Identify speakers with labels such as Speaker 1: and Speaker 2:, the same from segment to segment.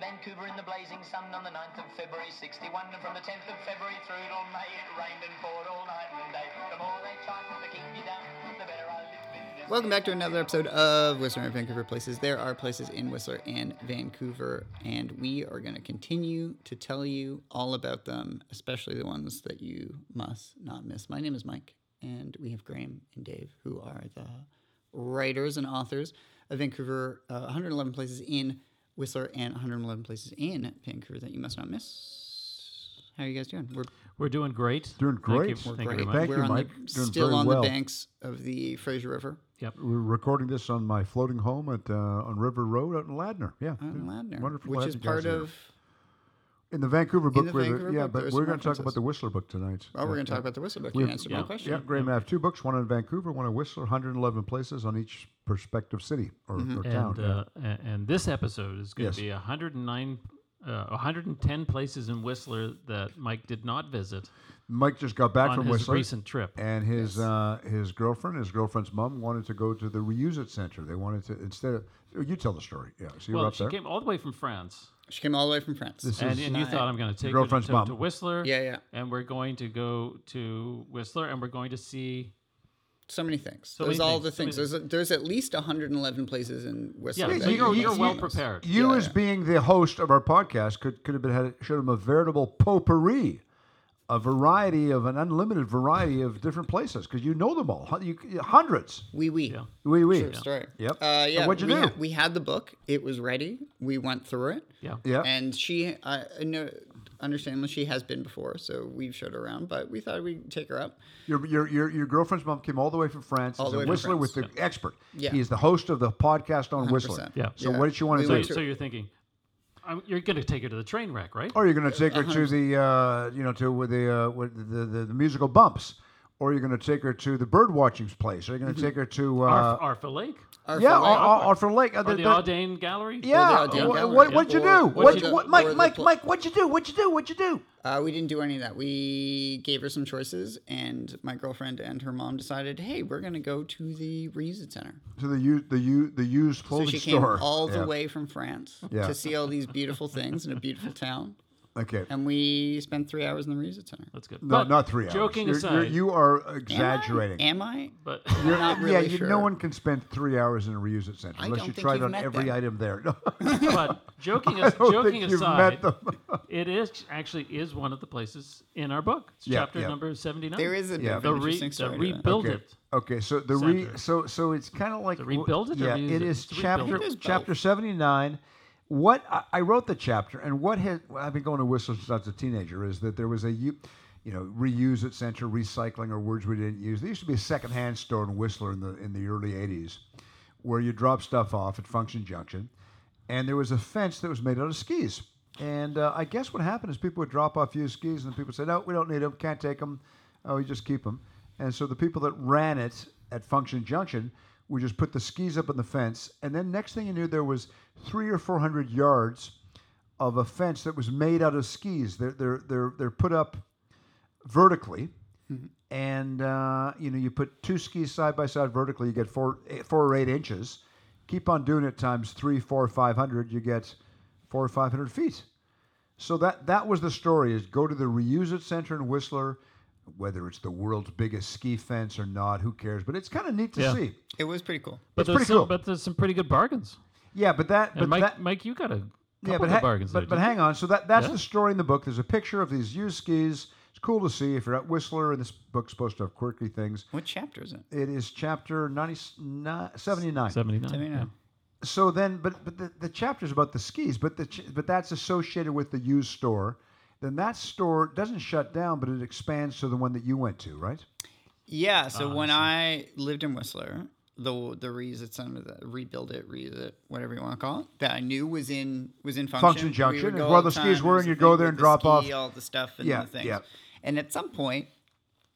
Speaker 1: Vancouver in the blazing sun on the 9th of February 61 and from the 10th of February through till May it rained and poured all night and day the more they tried to keep me down the better I lived in this
Speaker 2: Welcome back to another episode of Whistler and Vancouver Places. There are places in Whistler and Vancouver, and we are going to continue to tell you all about them, especially the ones that you must not miss. My name is Mike, and we have Graham and Dave, who are the writers and authors of Vancouver, uh, 111 places in Whistler and 111 places in Vancouver that you must not miss. How are you guys doing? We're
Speaker 3: We're doing great.
Speaker 4: Doing great.
Speaker 3: Thank you,
Speaker 4: We're
Speaker 3: thank you
Speaker 2: great.
Speaker 3: very much.
Speaker 4: Thank
Speaker 2: We're
Speaker 4: you,
Speaker 2: on
Speaker 4: Mike.
Speaker 2: the,
Speaker 4: Doing
Speaker 2: still
Speaker 4: very
Speaker 2: on
Speaker 4: well.
Speaker 2: the banks of the Fraser River.
Speaker 3: Yep.
Speaker 4: We're recording this on my floating home at uh, on River Road out in Ladner. Yeah,
Speaker 2: in Ladner,
Speaker 4: Wonderful,
Speaker 2: which
Speaker 4: to
Speaker 2: is
Speaker 4: have you guys
Speaker 2: part
Speaker 4: here.
Speaker 2: of.
Speaker 4: in the Vancouver book.
Speaker 2: the
Speaker 4: where the-
Speaker 2: Vancouver
Speaker 4: yeah,
Speaker 2: book, there are
Speaker 4: but
Speaker 2: some
Speaker 4: we're going to talk
Speaker 2: references.
Speaker 4: about the Whistler book tonight.
Speaker 2: Oh, we're going to talk about the whistleblower. You
Speaker 4: We've-
Speaker 2: answered
Speaker 3: yeah,
Speaker 2: my question.
Speaker 4: Yeah, Graham and I have two books, one in Vancouver, one in Whistler, 111 places on each prospective city or,
Speaker 2: Mm-hmm.
Speaker 4: or town.
Speaker 3: And uh, a- and this episode is going
Speaker 4: Yes.
Speaker 3: to be 109, uh, 110 places in Whistler that Mike did not visit
Speaker 4: Mike just got back
Speaker 3: on
Speaker 4: from
Speaker 3: his
Speaker 4: Whistler.
Speaker 3: recent trip.
Speaker 4: and his uh, his girlfriend, his girlfriend's mom, wanted to go to the reuse it center. They wanted to instead of oh, you tell the story. Yeah, so you were
Speaker 3: Well,
Speaker 4: up
Speaker 3: she
Speaker 4: there.
Speaker 3: came all the way from France,
Speaker 2: She came all the way from France.
Speaker 3: and, and you
Speaker 2: not-
Speaker 3: thought I'm going to take her
Speaker 4: Girlfriend's
Speaker 3: to,
Speaker 4: mom.
Speaker 3: to Whistler.
Speaker 2: Yeah, yeah.
Speaker 3: And we're going to go to Whistler, and we're going to see.
Speaker 2: so many things.
Speaker 3: So
Speaker 2: there's
Speaker 3: many
Speaker 2: all
Speaker 3: things,
Speaker 2: the
Speaker 3: so
Speaker 2: things.
Speaker 3: many-
Speaker 2: there's, there's at least 111 places in Whistler.
Speaker 3: Yeah,
Speaker 2: that
Speaker 3: so
Speaker 2: you
Speaker 3: you're,
Speaker 2: must
Speaker 3: you're
Speaker 2: not
Speaker 3: well
Speaker 2: miss.
Speaker 3: prepared.
Speaker 4: You,
Speaker 2: Yeah,
Speaker 4: as
Speaker 2: yeah.
Speaker 4: being the host of our podcast, could could have been had showed him a veritable potpourri, a variety of an unlimited variety of different places because you know them all, Hun- you, hundreds.
Speaker 2: Wee wee.
Speaker 3: Yeah.
Speaker 4: Wee wee.
Speaker 2: True story.
Speaker 4: Yep.
Speaker 2: Uh,
Speaker 4: So
Speaker 2: yeah.
Speaker 4: what'd you
Speaker 2: we,
Speaker 4: do?
Speaker 2: ha- we had the book. It was ready. We went through it.
Speaker 3: Yeah.
Speaker 4: Yeah.
Speaker 2: And she, I I know, understandably, she has been before, so we've showed her around. But we thought we'd take her up.
Speaker 4: your, your your your girlfriend's mom came all the way from France.
Speaker 2: All
Speaker 4: He's
Speaker 2: the way
Speaker 4: a
Speaker 2: from
Speaker 4: Whistler
Speaker 2: France.
Speaker 4: with the expert.
Speaker 2: Yeah.
Speaker 4: He's the host of the podcast on Whistler.
Speaker 2: 100%.
Speaker 3: Yeah.
Speaker 4: So
Speaker 2: Yeah.
Speaker 4: what did she want
Speaker 2: We
Speaker 4: to
Speaker 3: So,
Speaker 4: do?
Speaker 2: went
Speaker 3: so you're thinking, I'm, you're going to take her to the train wreck, right?
Speaker 4: Or Oh, you're going to take her to the uh, you know to with the uh, with the, the, the musical bumps, or you're going to take her to the bird watching place, or you're going
Speaker 2: Mm-hmm.
Speaker 4: to take her to uh,
Speaker 3: Arf- Arfa Lake
Speaker 2: Our
Speaker 4: yeah,
Speaker 2: fl-
Speaker 4: or, or, or for Lake. uh,
Speaker 3: or
Speaker 4: the-
Speaker 3: the
Speaker 4: the-
Speaker 3: Audain Gallery.
Speaker 4: Yeah.
Speaker 2: Or the Odell
Speaker 4: What,
Speaker 2: Gallery.
Speaker 4: what, what'd you
Speaker 2: Or-
Speaker 4: do?
Speaker 2: or
Speaker 4: What,
Speaker 2: the-
Speaker 4: what,
Speaker 2: or
Speaker 4: Mike,
Speaker 2: the
Speaker 4: Mike,
Speaker 2: pl-
Speaker 4: Mike, what'd you do? What'd you do? What'd you do?
Speaker 2: Uh, we didn't do any of that. We gave her some choices, and my girlfriend and her mom decided, hey, we're going to go to the Reuse Center.
Speaker 4: To the u- the u- the used
Speaker 2: So
Speaker 4: clothing
Speaker 2: she came
Speaker 4: store.
Speaker 2: all the
Speaker 4: Yeah.
Speaker 2: way from France
Speaker 4: Yeah.
Speaker 2: to see all these beautiful things in a beautiful town.
Speaker 4: Okay.
Speaker 2: And we spent three hours in the Reuse Center.
Speaker 3: That's good.
Speaker 4: No,
Speaker 3: But
Speaker 4: not three hours.
Speaker 3: Joking
Speaker 4: You're-
Speaker 3: aside,
Speaker 4: you're- you are
Speaker 2: Am I-
Speaker 4: exaggerating.
Speaker 2: Am I?
Speaker 3: but
Speaker 2: I'm not really
Speaker 4: yeah, you,
Speaker 2: sure.
Speaker 4: no one can spend three hours in a reuse it center
Speaker 2: I
Speaker 4: unless
Speaker 2: don't
Speaker 4: you
Speaker 2: think
Speaker 4: tried
Speaker 2: you've
Speaker 4: on
Speaker 2: met
Speaker 4: every
Speaker 2: them.
Speaker 4: item there. No,
Speaker 3: but joking as,
Speaker 4: don't
Speaker 3: joking
Speaker 4: think you've
Speaker 3: aside,
Speaker 4: met them.
Speaker 3: it is actually is one of the places in our book. It's
Speaker 4: Yeah,
Speaker 3: chapter
Speaker 4: yeah.
Speaker 3: number seventy nine.
Speaker 2: There is a
Speaker 4: Yeah.
Speaker 2: yeah,
Speaker 3: the, re,
Speaker 2: interesting
Speaker 3: the
Speaker 2: story. to that.
Speaker 3: rebuild
Speaker 4: okay.
Speaker 3: it.
Speaker 4: Okay, so the re,
Speaker 3: Center.
Speaker 4: so so it's kind of like
Speaker 3: rebuild it or
Speaker 4: Yeah,
Speaker 3: reuse it?
Speaker 4: it is
Speaker 3: It's rebuild.
Speaker 4: chapter
Speaker 3: It Oh.
Speaker 2: is both.
Speaker 4: chapter seventy nine. What I, I wrote the chapter, and what has well, I've been going to Whistler since I was a teenager is that there was a you, you know, reuse it center, recycling, or words we didn't use. There used to be a secondhand store in Whistler in the in the early eighties, where you drop stuff off at Function Junction, and there was a fence that was made out of skis. And uh, I guess what happened is people would drop off used skis, and the people said, "No, we don't need them. Can't take them. Oh, you just keep them." And so the people that ran it at Function Junction would just put the skis up on the fence, and then next thing you knew, there was three or four hundred yards of a fence that was made out of skis. They're they're they're they're put up vertically,
Speaker 3: Mm-hmm.
Speaker 4: and uh, you know you put two skis side by side vertically, you get four eight, four or eight inches. Keep on doing it times three, four, five hundred, you get four or five hundred feet. So that that was the story: is go to the reuse it center in Whistler, whether it's the world's biggest ski fence or not, who cares? But it's kind of neat to
Speaker 3: Yeah.
Speaker 4: see.
Speaker 2: It was pretty cool.
Speaker 3: But
Speaker 4: It's
Speaker 3: there's
Speaker 4: pretty
Speaker 3: some,
Speaker 4: cool.
Speaker 3: But there's some pretty good bargains.
Speaker 4: Yeah, but that
Speaker 3: And
Speaker 4: but
Speaker 3: Mike,
Speaker 4: that,
Speaker 3: Mike, you got a couple
Speaker 4: but,
Speaker 3: of
Speaker 4: ha-
Speaker 3: bargains
Speaker 4: but,
Speaker 3: there.
Speaker 4: but hang on. So that, that's
Speaker 3: Yeah.
Speaker 4: the story in the book. There's a picture of these used skis. It's cool to see if you're at Whistler, and this book's supposed to have quirky things.
Speaker 2: What chapter is it?
Speaker 4: It is chapter 90, 79.
Speaker 3: seventy nine.
Speaker 2: I mean, uh,
Speaker 4: So then, but, but the, the chapter's about the skis, but, the, ch- but that's associated with the used store. Then that store doesn't shut down, but it expands to the one that you went to, right?
Speaker 2: Yeah.
Speaker 4: Oh,
Speaker 2: So when I lived in Whistler, the the reuse it some of the rebuild it, reuse it, whatever you want to call it, that I knew was in was in function.
Speaker 4: Function
Speaker 2: We
Speaker 4: Junction
Speaker 2: would
Speaker 4: is
Speaker 2: go
Speaker 4: where
Speaker 2: all
Speaker 4: the skis
Speaker 2: time.
Speaker 4: were,
Speaker 2: It was
Speaker 4: and
Speaker 2: a
Speaker 4: you go
Speaker 2: thing
Speaker 4: there
Speaker 2: with
Speaker 4: and
Speaker 2: the
Speaker 4: drop off.
Speaker 2: ski, all the stuff and
Speaker 4: Yeah,
Speaker 2: the things.
Speaker 4: yeah.
Speaker 2: And at some point,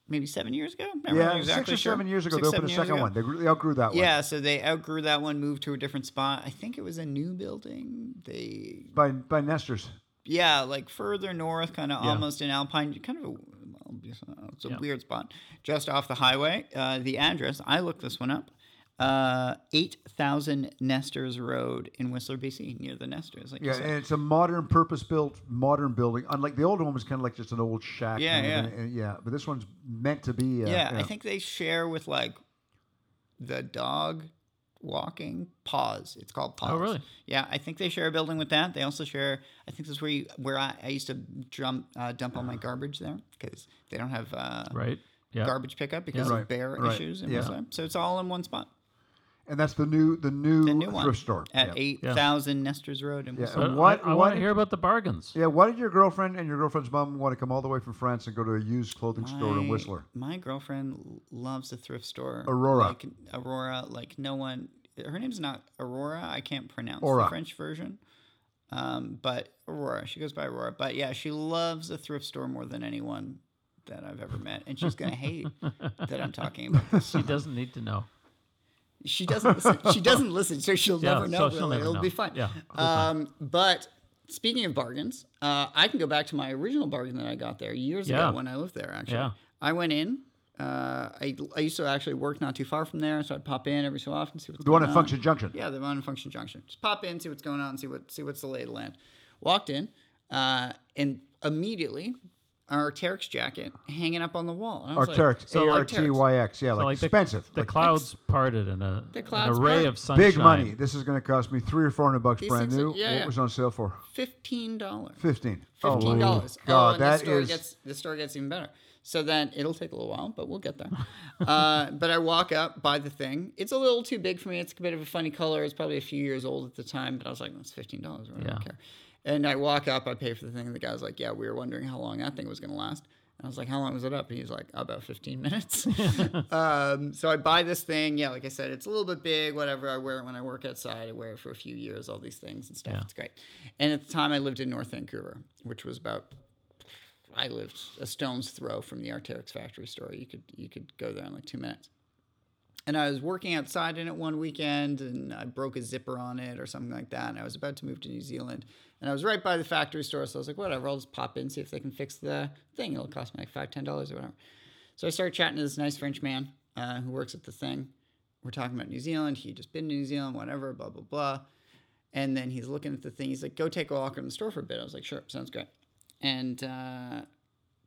Speaker 2: maybe seven years ago, I'm not
Speaker 4: Yeah,
Speaker 2: really exactly
Speaker 4: six or
Speaker 2: sure.
Speaker 4: seven years ago,
Speaker 2: Six,
Speaker 4: they opened a
Speaker 2: seven years
Speaker 4: second
Speaker 2: ago.
Speaker 4: one. They, grew- they outgrew that one.
Speaker 2: Yeah, so they outgrew that one, moved to a different spot. I think it was a new building. They
Speaker 4: By, by Nestor's.
Speaker 2: yeah, like further north, kind of almost in Alpine, kind of a, Uh, well, it's a weird spot, just off the highway. Uh, the address, I looked this one up. Uh, 8,000 Nesters Road in Whistler, BC, near the Nesters. Like you
Speaker 4: Yeah,
Speaker 2: said.
Speaker 4: and it's a modern, purpose-built, modern building. Unlike the older one was kind of like just an old shack.
Speaker 2: Yeah,
Speaker 4: kind of
Speaker 2: yeah.
Speaker 4: thing, and- yeah. But this one's meant to be. Uh,
Speaker 2: yeah,
Speaker 4: you
Speaker 2: I
Speaker 4: know,
Speaker 2: think they share with like the dog walking pause. It's called pause.
Speaker 3: really?
Speaker 2: Yeah, I think they share a building with that. They also share. I think this is where you, where I, I used to jump uh, dump all my garbage there because they don't have uh,
Speaker 3: right? Yeah.
Speaker 2: garbage pickup because
Speaker 4: Right,
Speaker 2: of bear
Speaker 4: right,
Speaker 2: issues. In
Speaker 4: yeah.
Speaker 2: Whistler. So it's all in one spot.
Speaker 4: and that's the new, the new,
Speaker 2: The new one
Speaker 4: thrift store
Speaker 2: at
Speaker 4: yeah.
Speaker 2: eight thousand Nesters Road in Whistler.
Speaker 3: But
Speaker 4: And what-
Speaker 3: I, I
Speaker 4: what-
Speaker 3: want to hear about the bargains.
Speaker 4: Yeah, why did your girlfriend and your girlfriend's mom want to come all the way from France and go to a used clothing store in
Speaker 2: My-
Speaker 4: Whistler?
Speaker 2: My girlfriend l- loves the thrift store.
Speaker 4: Aurora.
Speaker 2: Like, Aurora, like no one. Her name's not Aurora. I can't pronounce
Speaker 4: Aura.
Speaker 2: the French version. Um, but Aurora, she goes by Aurora. But yeah, she loves the thrift store more than anyone that I've ever met, and she's gonna hate that I'm talking about this.
Speaker 3: She doesn't need to know.
Speaker 2: She doesn't. Listen, she doesn't listen, so she'll
Speaker 3: Yeah,
Speaker 2: never know.
Speaker 3: so
Speaker 2: really.
Speaker 3: she'll never
Speaker 2: It'll
Speaker 3: know.
Speaker 2: be fine.
Speaker 3: Yeah, it'll be
Speaker 2: Um, but speaking of bargains, uh, I can go back to my original bargain that I got there years
Speaker 3: Yeah.
Speaker 2: ago when I lived there. Actually,
Speaker 3: Yeah.
Speaker 2: I went in. Uh, I, I used to actually work not too far from there, so I'd pop in every so often, see what's
Speaker 4: The
Speaker 2: going
Speaker 4: one at
Speaker 2: on.
Speaker 4: Function Junction.
Speaker 2: Yeah, the one in Function Junction. Just pop in, see what's going on, see what see what's the lay of the land. Walked in, uh, and immediately our Terex jacket hanging up on the wall. And I was like-
Speaker 4: Arcteryx,
Speaker 2: So, like,
Speaker 4: A-R-T-Y-X. Yeah, like,
Speaker 3: Like the-
Speaker 4: expensive.
Speaker 3: The
Speaker 4: like
Speaker 3: clouds parted in a
Speaker 2: The
Speaker 3: an
Speaker 2: clouds
Speaker 3: array
Speaker 2: parted.
Speaker 3: of sunshine.
Speaker 4: Big money. This is going to cost me three or four hundred bucks
Speaker 2: These
Speaker 4: brand
Speaker 2: things are-
Speaker 4: new.
Speaker 2: yeah,
Speaker 4: what
Speaker 2: yeah.
Speaker 4: was on sale for?
Speaker 2: Fifteen dollars.
Speaker 4: Fifteen. Oh,
Speaker 2: Fifteen dollars.
Speaker 4: God,
Speaker 2: oh, and
Speaker 4: that
Speaker 2: the store
Speaker 4: is-
Speaker 2: gets the store gets even better. So then it'll take a little while, but we'll get there. uh, but I walk up, buy the thing. It's a little too big for me. It's a bit of a funny color. It's probably a few years old at the time, but I was like, that's fifteen dollars. I
Speaker 3: Yeah.
Speaker 2: don't care. And I walk up, I pay for the thing. And the guy's like, yeah, we were wondering how long that thing was going to last. And I was like, how long was it up? And he's like, about 15 minutes. um, so I buy this thing. Yeah, like I said, it's a little bit big, whatever. I wear it when I work outside. I wear it for a few years, all these things and stuff. It's great. And at the time, I lived in North Vancouver, which was about, I lived a stone's throw from the Arteryx factory store. You could, you could go there in like two minutes and I was working outside in it one weekend and I broke a zipper on it or something like that. And I was about to move to New Zealand and I was right by the factory store. So I was like, whatever, I'll just pop in, see if they can fix the thing. It'll cost me like five, ten dollars or whatever. So I started chatting to this nice French man uh, who works at the thing. We're talking about New Zealand. He'd just been to New Zealand, whatever, blah, blah, blah. And then he's looking at the thing. He's like, go take a walk in the store for a bit. I was like, sure, sounds great. And, uh,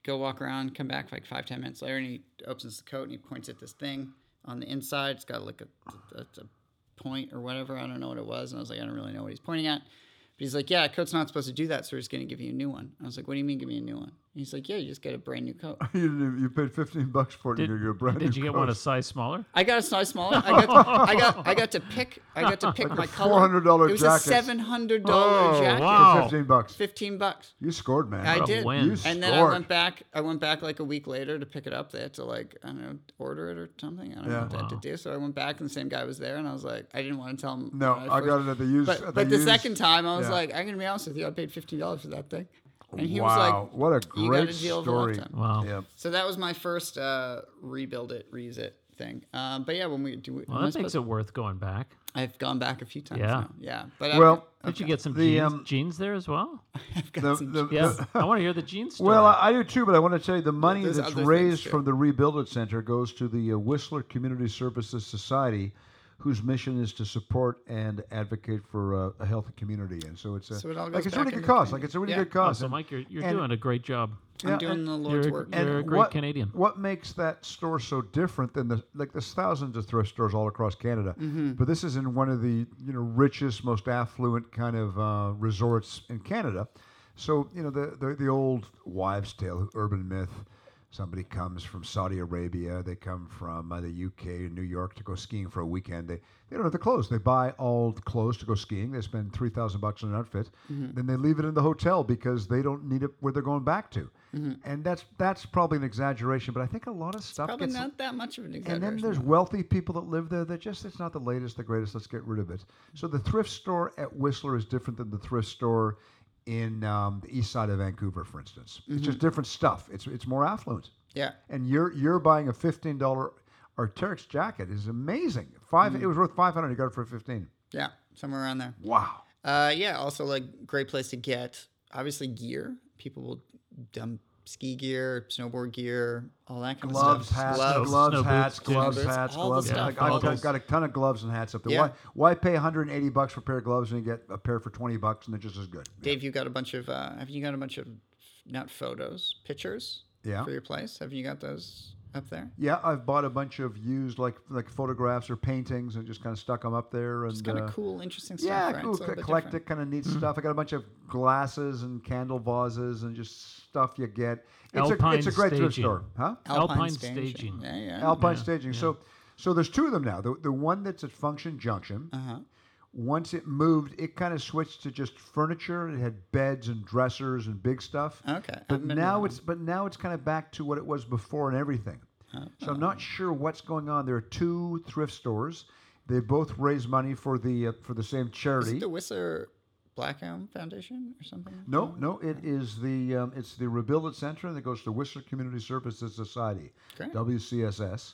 Speaker 2: go walk around, come back like five, ten minutes later, and he opens the coat and he points at this thing on the inside. It's got like a, a, a point or whatever. I don't know what it was. And I was like, I don't really know what he's pointing at. But he's like, yeah, coat's not supposed to do that, so we're just going to give you a new one. I was like, what do you mean give me a new one? And he's like, yeah, you just get a brand new coat.
Speaker 4: You, didn't- you paid fifteen bucks for it.
Speaker 3: Did,
Speaker 4: and you get a brand
Speaker 3: did
Speaker 4: new
Speaker 3: you get
Speaker 4: coat.
Speaker 3: one a size smaller?
Speaker 2: I got a size smaller. I got, I got, I got to pick. I got to pick my color.
Speaker 4: $400
Speaker 2: It was
Speaker 4: jacket.
Speaker 2: a seven hundred dollar
Speaker 3: Oh,
Speaker 2: jacket.
Speaker 3: wow.
Speaker 4: For fifteen bucks.
Speaker 2: Fifteen bucks.
Speaker 4: You scored, man.
Speaker 2: I
Speaker 3: a
Speaker 2: did.
Speaker 3: win.
Speaker 4: You
Speaker 3: And
Speaker 4: scored.
Speaker 2: And then I went back. I went back like a week later to pick it up. They had to like I don't know order it or something. I don't know
Speaker 4: Yeah.
Speaker 2: what they had to do. So I went back, and the same guy was there, and I was like, I didn't want to tell him.
Speaker 4: No,
Speaker 2: when
Speaker 4: I got it at the used-
Speaker 2: But,
Speaker 4: at the
Speaker 2: but the
Speaker 4: used-
Speaker 2: second time, I was
Speaker 4: yeah.
Speaker 2: like, I'm gonna be honest with you, I paid fifteen dollars for that thing, and he
Speaker 4: wow,
Speaker 2: was like,
Speaker 4: what a great
Speaker 2: you got a deal of a
Speaker 4: story.
Speaker 2: lifetime.
Speaker 3: Wow.
Speaker 4: Yeah.
Speaker 2: So that was my first uh, rebuild it, reuse it thing. Um, but yeah, when we do,
Speaker 3: Well, that makes it worth going back.
Speaker 2: I've gone back a few times.
Speaker 3: Yeah.
Speaker 2: now. yeah. But I've
Speaker 4: Well,
Speaker 2: got-
Speaker 3: Did you get some
Speaker 4: The,
Speaker 3: jeans,
Speaker 4: um,
Speaker 3: jeans there as well?
Speaker 2: I've got
Speaker 4: The-
Speaker 2: some
Speaker 4: the-
Speaker 3: Yes.
Speaker 4: the-
Speaker 3: I want to hear the jeans story.
Speaker 4: Well, uh, I, I do too, but I want to tell you the money
Speaker 2: there's
Speaker 4: that's
Speaker 2: other things
Speaker 4: raised
Speaker 2: too.
Speaker 4: from the Rebuild It Center goes to the uh, Whistler Community Services Society, whose mission is to support and advocate for uh, a healthy community. And so it's a,
Speaker 2: So it all
Speaker 4: like
Speaker 2: goes
Speaker 4: it's
Speaker 2: back
Speaker 4: really good
Speaker 2: into
Speaker 4: cause.
Speaker 2: the
Speaker 4: Like it's a really
Speaker 2: community.
Speaker 4: good
Speaker 3: Oh,
Speaker 4: cause.
Speaker 3: so
Speaker 4: And-
Speaker 3: Mike, you're you're
Speaker 4: and-
Speaker 3: doing a great job.
Speaker 2: I'm
Speaker 4: yeah,
Speaker 2: doing
Speaker 4: and-
Speaker 2: the Lord's
Speaker 3: You're,
Speaker 2: work.
Speaker 4: and
Speaker 3: you're a great
Speaker 4: what-
Speaker 3: Canadian.
Speaker 4: What makes that store so different than the like there's thousands of thrift stores all across Canada, but this is in one of the you know richest, most affluent kind of uh, resorts in Canada. So you know the the, the old wives' tale, urban myth. Somebody comes from Saudi Arabia. They come from uh, the UK and New York to go skiing for a weekend. They they don't have the clothes. They buy all the clothes to go skiing. They spend three thousand bucks on an outfit. Then they leave it in the hotel because they don't need it where they're going back to.
Speaker 2: Mm-hmm.
Speaker 4: And that's that's probably an exaggeration, but I think a lot of stuff
Speaker 2: Probably
Speaker 4: gets.
Speaker 2: not that much of an exaggeration.
Speaker 4: and then there's wealthy people that live there that just it's not the latest, the greatest. Let's get rid of it. So the thrift store at Whistler is different than the thrift store in um, the east side of Vancouver, for instance. It's
Speaker 2: Mm-hmm.
Speaker 4: just different stuff. It's it's more affluent.
Speaker 2: yeah.
Speaker 4: And you're you're buying a fifteen dollar Arc'teryx jacket is amazing. 5
Speaker 2: Mm-hmm.
Speaker 4: It was worth five hundred. You got it for fifteen.
Speaker 2: Yeah, somewhere around there.
Speaker 4: Wow.
Speaker 2: Uh, yeah, also like great place to get obviously gear. People will dump ski gear, snowboard gear, all that kind
Speaker 4: gloves,
Speaker 2: of stuff.
Speaker 4: hats,
Speaker 3: Gloves.
Speaker 4: gloves,
Speaker 3: Snow
Speaker 4: hats,
Speaker 3: boots,
Speaker 4: gloves,
Speaker 2: snowbirds,
Speaker 4: hats,
Speaker 2: all the
Speaker 4: gloves.
Speaker 2: stuff.
Speaker 4: Like, I've got,
Speaker 2: Goggles.
Speaker 4: got a ton of gloves and hats up there.
Speaker 2: Yeah.
Speaker 4: Why, why pay 180 bucks for a pair of gloves and get a pair for 20 bucks and they're just as good?
Speaker 2: Dave, you got a bunch of uh, have you got a bunch of not photos, pictures?
Speaker 4: Yeah.
Speaker 2: For your place, have you got those up there?
Speaker 4: Yeah, I've bought a bunch of used like like photographs or paintings and just kind of stuck them up there. And
Speaker 2: It's kind of
Speaker 4: uh,
Speaker 2: cool, interesting stuff.
Speaker 4: Yeah,
Speaker 2: right?
Speaker 4: cool,
Speaker 2: It's a little bit
Speaker 4: eclectic,
Speaker 2: different. Mm-hmm.
Speaker 4: kind of neat stuff. I got a bunch of glasses and candle vases and just stuff you get. It's, a,
Speaker 3: Alpine
Speaker 4: it's a great thrift
Speaker 3: staging.
Speaker 4: store, huh?
Speaker 3: Alpine staging.
Speaker 2: Yeah, yeah.
Speaker 4: Alpine staging. So, so there's two of them now. The, the one that's at Function Junction.
Speaker 2: Uh-huh.
Speaker 4: Once it moved, it kind of switched to just furniture. It had beds and dressers and big stuff.
Speaker 2: Okay, um, I've
Speaker 4: But
Speaker 2: been to
Speaker 4: now
Speaker 2: that
Speaker 4: it's but now it's kind of back to what it was before and everything. So I'm not sure what's going on. There are two thrift stores. They both raise money for the uh, for the same
Speaker 2: Is
Speaker 4: charity.
Speaker 2: it the Whistler Blackhelm Foundation or something?
Speaker 4: No, no, it is the um, it's the Rebuild It Center that goes to Whistler Community Services Society,
Speaker 2: Great.
Speaker 4: WCSS.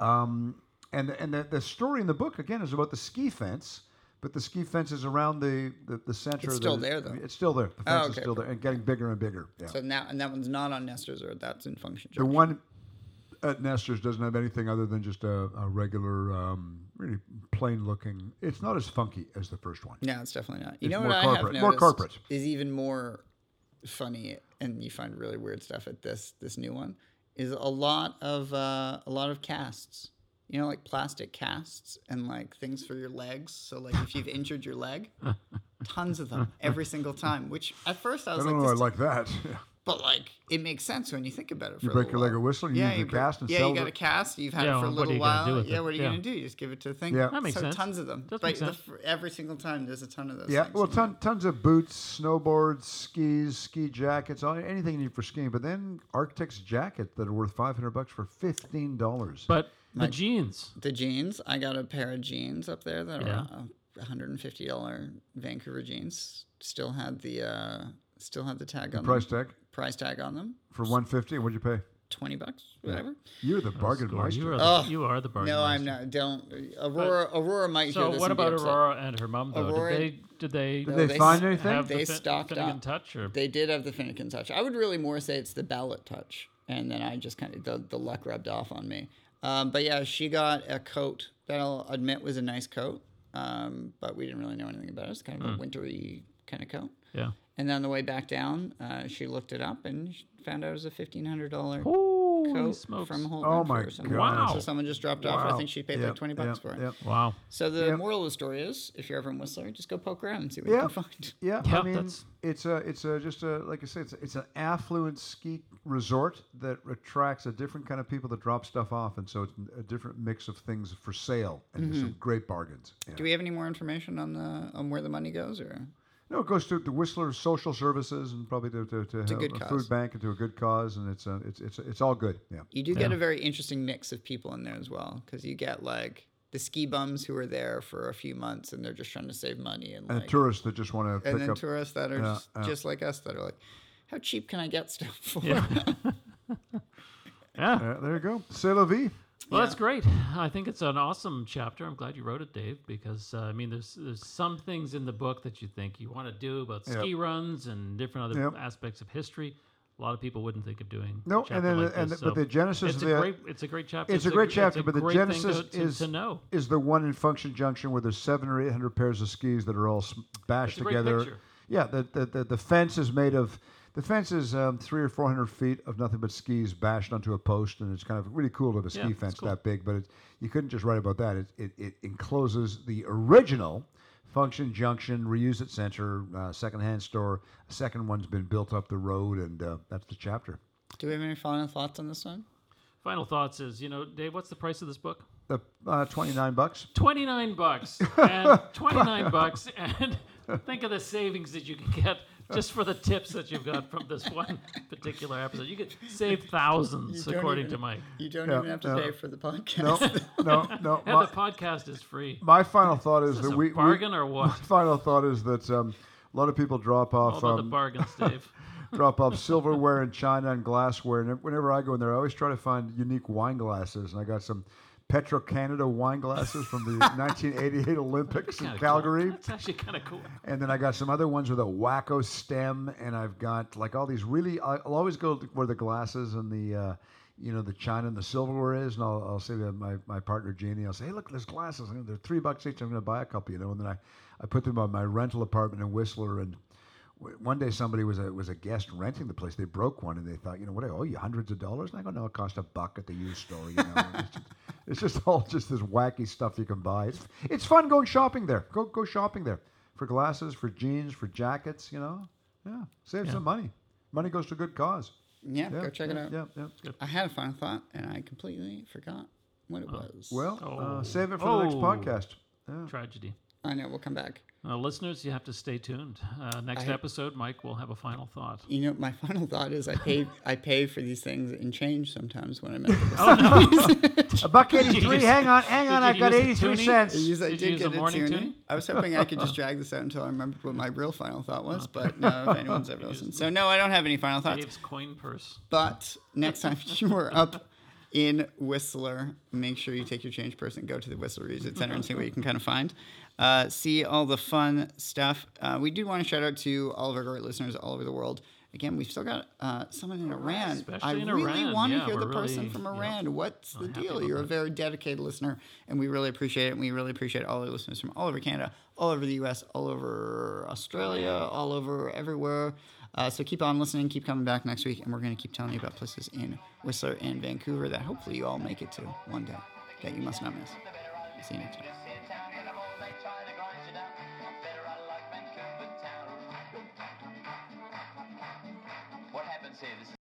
Speaker 4: Um, and and the, the story in the book again is about the ski fence, but the ski fence is around the the, the center.
Speaker 2: It's
Speaker 4: of
Speaker 2: still
Speaker 4: the-
Speaker 2: there, though.
Speaker 4: It's still there. The fence
Speaker 2: Oh,
Speaker 4: is
Speaker 2: okay,
Speaker 4: still there and getting bigger and bigger. Yeah.
Speaker 2: So now, and that one's not on Nestor's, or that's in Function
Speaker 4: the
Speaker 2: Junction.
Speaker 4: one at Nestor's doesn't have anything other than just a, a regular, um, really plain looking. It's not as funky as the first one.
Speaker 2: No, it's definitely not. You
Speaker 4: It's
Speaker 2: know what
Speaker 4: more
Speaker 2: I have
Speaker 4: corporate-
Speaker 2: noticed
Speaker 4: more corporate.
Speaker 2: is even more funny, and you find really weird stuff at this this new one. Is a lot of uh, a lot of casts. You know, like plastic casts and like things for your legs. So like if you've injured your leg, tons of them every single time. Which at first I
Speaker 4: I
Speaker 2: was
Speaker 4: don't
Speaker 2: like,
Speaker 4: know. I
Speaker 2: this,
Speaker 4: like that.
Speaker 2: but like it makes sense when you think about it. For
Speaker 4: You
Speaker 2: a
Speaker 4: break
Speaker 2: little
Speaker 4: your leg
Speaker 2: while.
Speaker 4: or whistle, you use the
Speaker 2: break-
Speaker 4: cast and
Speaker 2: yeah,
Speaker 4: sell
Speaker 2: you got
Speaker 4: the-
Speaker 2: a cast. You've had
Speaker 3: Yeah,
Speaker 2: it for a
Speaker 3: well, what
Speaker 2: little
Speaker 3: are you gonna do
Speaker 2: while.
Speaker 3: with
Speaker 2: Yeah,
Speaker 3: it?
Speaker 2: what are you
Speaker 3: Yeah.
Speaker 2: gonna do? You just give it to the thing.
Speaker 4: Yeah. That
Speaker 3: makes
Speaker 2: so
Speaker 3: sense.
Speaker 2: tons of them.
Speaker 3: Does
Speaker 2: Like
Speaker 3: make
Speaker 2: the,
Speaker 3: sense.
Speaker 2: fir- every single time, there's a ton of those.
Speaker 4: Yeah,
Speaker 2: things.
Speaker 4: well, ton, tons of boots, snowboards, skis, ski jackets, all, anything you need for skiing. But then Arctic's jacket that are worth five hundred bucks for fifteen dollars.
Speaker 3: But the jeans.
Speaker 2: the jeans. I got a pair of jeans up there that
Speaker 3: Yeah.
Speaker 2: are uh, $150 Vancouver jeans. Still had the uh, still had the tag on
Speaker 4: Price
Speaker 2: them.
Speaker 4: tag
Speaker 2: price tag on them.
Speaker 4: for one fifty. What'd you pay?
Speaker 2: Twenty bucks, whatever.
Speaker 4: You're the bargain
Speaker 3: Score. You
Speaker 4: meister.
Speaker 3: are the,
Speaker 2: Oh,
Speaker 3: you are the bargain.
Speaker 2: No, I'm
Speaker 3: basket.
Speaker 2: not. Don't Aurora. Aurora might hear
Speaker 3: So
Speaker 2: this.
Speaker 3: what
Speaker 2: and be
Speaker 3: about
Speaker 2: upset.
Speaker 3: Aurora and her mom though?
Speaker 2: Aurora-
Speaker 3: Did they did they,
Speaker 4: Did
Speaker 2: No,
Speaker 4: they
Speaker 2: they
Speaker 4: find
Speaker 2: s-
Speaker 4: anything?
Speaker 3: have the
Speaker 2: They
Speaker 3: fin-
Speaker 2: stocked
Speaker 3: Finnegan
Speaker 2: up.
Speaker 3: touch or
Speaker 2: They did have the Finnegan touch. I would really more say it's the ballot touch, and then I just kind of the, the luck rubbed off on me. Um, but yeah, she got a coat that I'll admit was a nice coat, um, but we didn't really know anything about it. It's kind
Speaker 3: Hmm.
Speaker 2: of a wintry kind of coat.
Speaker 3: yeah.
Speaker 2: And then on the way back down, uh, she looked it up and she found out it was a fifteen hundred dollar
Speaker 3: Holy
Speaker 2: coat
Speaker 3: smokes.
Speaker 2: from Holt
Speaker 4: Oh
Speaker 2: Renfrew
Speaker 4: my
Speaker 2: or something.
Speaker 4: God.
Speaker 2: So someone just dropped off. I
Speaker 4: Wow.
Speaker 2: think she paid
Speaker 4: Yep,
Speaker 2: like twenty bucks
Speaker 4: yep,
Speaker 2: for it.
Speaker 4: yep.
Speaker 3: wow.
Speaker 2: So the
Speaker 4: Yep.
Speaker 2: moral of the story is, if you're ever in Whistler, just go poke around and see what
Speaker 4: Yeah.
Speaker 2: you can find.
Speaker 4: Yeah, I
Speaker 3: Yeah,
Speaker 4: mean,
Speaker 3: that's-
Speaker 4: it's a, it's a, just a, like I said, it's, it's an affluent ski resort that attracts a different kind of people that drop stuff off, and so it's a different mix of things for sale and there's
Speaker 2: Mm-hmm.
Speaker 4: some great bargains. Yeah.
Speaker 2: Do we have any more information on the on where the money goes, or
Speaker 4: No, it goes to the Whistler Social Services and probably to, to, to
Speaker 2: a
Speaker 4: help
Speaker 2: good
Speaker 4: a
Speaker 2: cause.
Speaker 4: uh, food bank and to a good cause, and it's uh, it's it's it's all good. Yeah,
Speaker 2: you do get a very interesting mix of people in there as well, because you get like the ski bums who are there for a few months and they're just trying to save money, and
Speaker 4: and
Speaker 2: like,
Speaker 4: tourists that just want to
Speaker 2: and
Speaker 4: pick
Speaker 2: then
Speaker 4: up.
Speaker 2: tourists that are
Speaker 4: Yeah,
Speaker 2: just,
Speaker 4: yeah.
Speaker 2: just like us that are like, how cheap can I get stuff for?
Speaker 3: Yeah. Yeah.
Speaker 4: Uh, there you go, c'est la vie.
Speaker 3: Well, that's great. I think it's an awesome chapter. I'm glad you wrote it, Dave, because uh, I mean, there's there's some things in the book that you think you want to do about ski runs and different other
Speaker 4: Yep.
Speaker 3: aspects of history. A lot of people wouldn't think of doing. a
Speaker 4: No, and
Speaker 3: chapter
Speaker 4: then-
Speaker 3: like
Speaker 4: and
Speaker 3: this,
Speaker 4: the- but the genesis
Speaker 3: It's
Speaker 4: of
Speaker 3: a
Speaker 4: the-
Speaker 3: great. It's a great chapter.
Speaker 4: It's a great
Speaker 3: gr-
Speaker 4: chapter, but the
Speaker 3: great thing to-
Speaker 4: genesis
Speaker 3: to,
Speaker 4: is
Speaker 3: to know.
Speaker 4: is the one in Function Junction where there's seven or eight hundred pairs of skis that are all s- bashed
Speaker 3: It's a great
Speaker 4: together.
Speaker 3: picture.
Speaker 4: Yeah, the, the the the fence is made of the fence is um, three or four hundred feet of nothing but skis bashed onto a post, and it's kind of really cool to have a ski
Speaker 3: Yeah, it's
Speaker 4: fence
Speaker 3: cool.
Speaker 4: that big. But it, you couldn't just write about that. It it, it encloses the original. Function Junction, reuse it center, uh, secondhand store. A second one's been built up the road, and uh, that's the chapter.
Speaker 2: Do we have any final thoughts on this one?
Speaker 3: Final thoughts is you know, Dave, what's the price of this book?
Speaker 4: The uh, twenty nine bucks.
Speaker 3: 29 bucks and 29 bucks and think of the savings that you can get just for the tips that you've got from this one particular episode you could save thousands
Speaker 2: don't
Speaker 3: according
Speaker 2: even-
Speaker 3: to mike
Speaker 2: You don't
Speaker 4: Yeah,
Speaker 2: even have to
Speaker 4: yeah.
Speaker 2: pay for the podcast.
Speaker 4: No, no, no.
Speaker 3: and
Speaker 4: my-
Speaker 3: the podcast is free
Speaker 4: My final thought is,
Speaker 3: Is
Speaker 4: that
Speaker 3: a
Speaker 4: we we-
Speaker 3: bargain or what?
Speaker 4: My final thought is that um, a lot of people drop
Speaker 3: all
Speaker 4: off
Speaker 3: about the
Speaker 4: um,
Speaker 3: bargains dave
Speaker 4: drop off silverware and china and glassware. And whenever I go in there, I always try to find unique wine glasses. And I got some Petro Canada wine glasses from the 1988 Olympics in
Speaker 3: Kinda cool.
Speaker 4: Calgary.
Speaker 3: That's actually kind of cool.
Speaker 4: And then I got some other ones with a wacko stem, and I've got like all these really. I- I'll always go to where the glasses and the, uh, you know, the china and the silverware is, and I'll, I'll say to my, my partner Jeannie, I'll say, hey, look, there's glasses. and They're three bucks each. I'm going to buy a couple, you know. And then I, I put them on my rental apartment in Whistler, and w- one day somebody was a was a guest renting the place. They broke one, and they thought, you know, what I owe you hundreds of dollars. And I go, no, it cost a buck at the used store. You know, And it's, just, it's just all just this wacky stuff you can buy. It's it's fun going shopping there. Go go shopping there for glasses, for jeans, for jackets. You know, yeah, save some money. Money goes to good cause.
Speaker 2: Yeah,
Speaker 4: Yeah,
Speaker 2: go check
Speaker 4: yeah,
Speaker 2: it out.
Speaker 4: Yeah, yeah.
Speaker 2: I had a final thought and I completely forgot what it was.
Speaker 4: Well,
Speaker 3: Oh.
Speaker 4: uh, save it for the next
Speaker 3: Oh.
Speaker 4: podcast. Yeah.
Speaker 3: Tragedy.
Speaker 2: I know we'll come back.
Speaker 3: Uh, listeners, you have to stay tuned. Uh, next
Speaker 2: I-
Speaker 3: episode, Mike will have a final thought.
Speaker 2: You know, my final thought is I pay I pay for these things in change sometimes when I'm at the
Speaker 3: Oh no!
Speaker 4: A buck
Speaker 3: you
Speaker 4: eighty-three.
Speaker 3: use-
Speaker 4: Hang on, hang
Speaker 3: did
Speaker 4: on.
Speaker 3: you
Speaker 4: I've
Speaker 3: use
Speaker 4: got
Speaker 3: the
Speaker 4: eighty-three
Speaker 3: tuning?
Speaker 2: I
Speaker 4: cents.
Speaker 2: use- I
Speaker 3: Did
Speaker 2: did
Speaker 3: you use
Speaker 2: get
Speaker 3: the
Speaker 2: a
Speaker 3: morning
Speaker 2: tuning.
Speaker 3: tuning?
Speaker 2: I was hoping I could just drag this out until I remembered what my real final thought was, but no, if anyone's ever listened. So no, I don't have any final thoughts.
Speaker 3: Dave's coin purse.
Speaker 2: But next time you are up in Whistler, make sure you take your change purse and go to the Whistler Research Center and see what you can kind of find. Uh, see all the fun stuff. Uh, we do want to shout out to all of our great listeners all over the world. Again, we've still got uh, someone in Iran. I
Speaker 3: Especially in
Speaker 2: really
Speaker 3: Iran.
Speaker 2: want to
Speaker 3: Yeah,
Speaker 2: hear the
Speaker 3: we're
Speaker 2: person
Speaker 3: really-
Speaker 2: from
Speaker 3: yeah.
Speaker 2: Iran. What's the
Speaker 3: happy
Speaker 2: deal?
Speaker 3: about
Speaker 2: You're a
Speaker 3: that.
Speaker 2: very dedicated listener, and we really appreciate it. And we really appreciate all the listeners from all over Canada, all over the US, all over Australia, all over everywhere. Uh, so keep on listening, keep coming back next week, and we're going to keep telling you about places in Whistler and Vancouver that hopefully you all make it to one day that you must not miss. See you next time.
Speaker 1: What happens here? This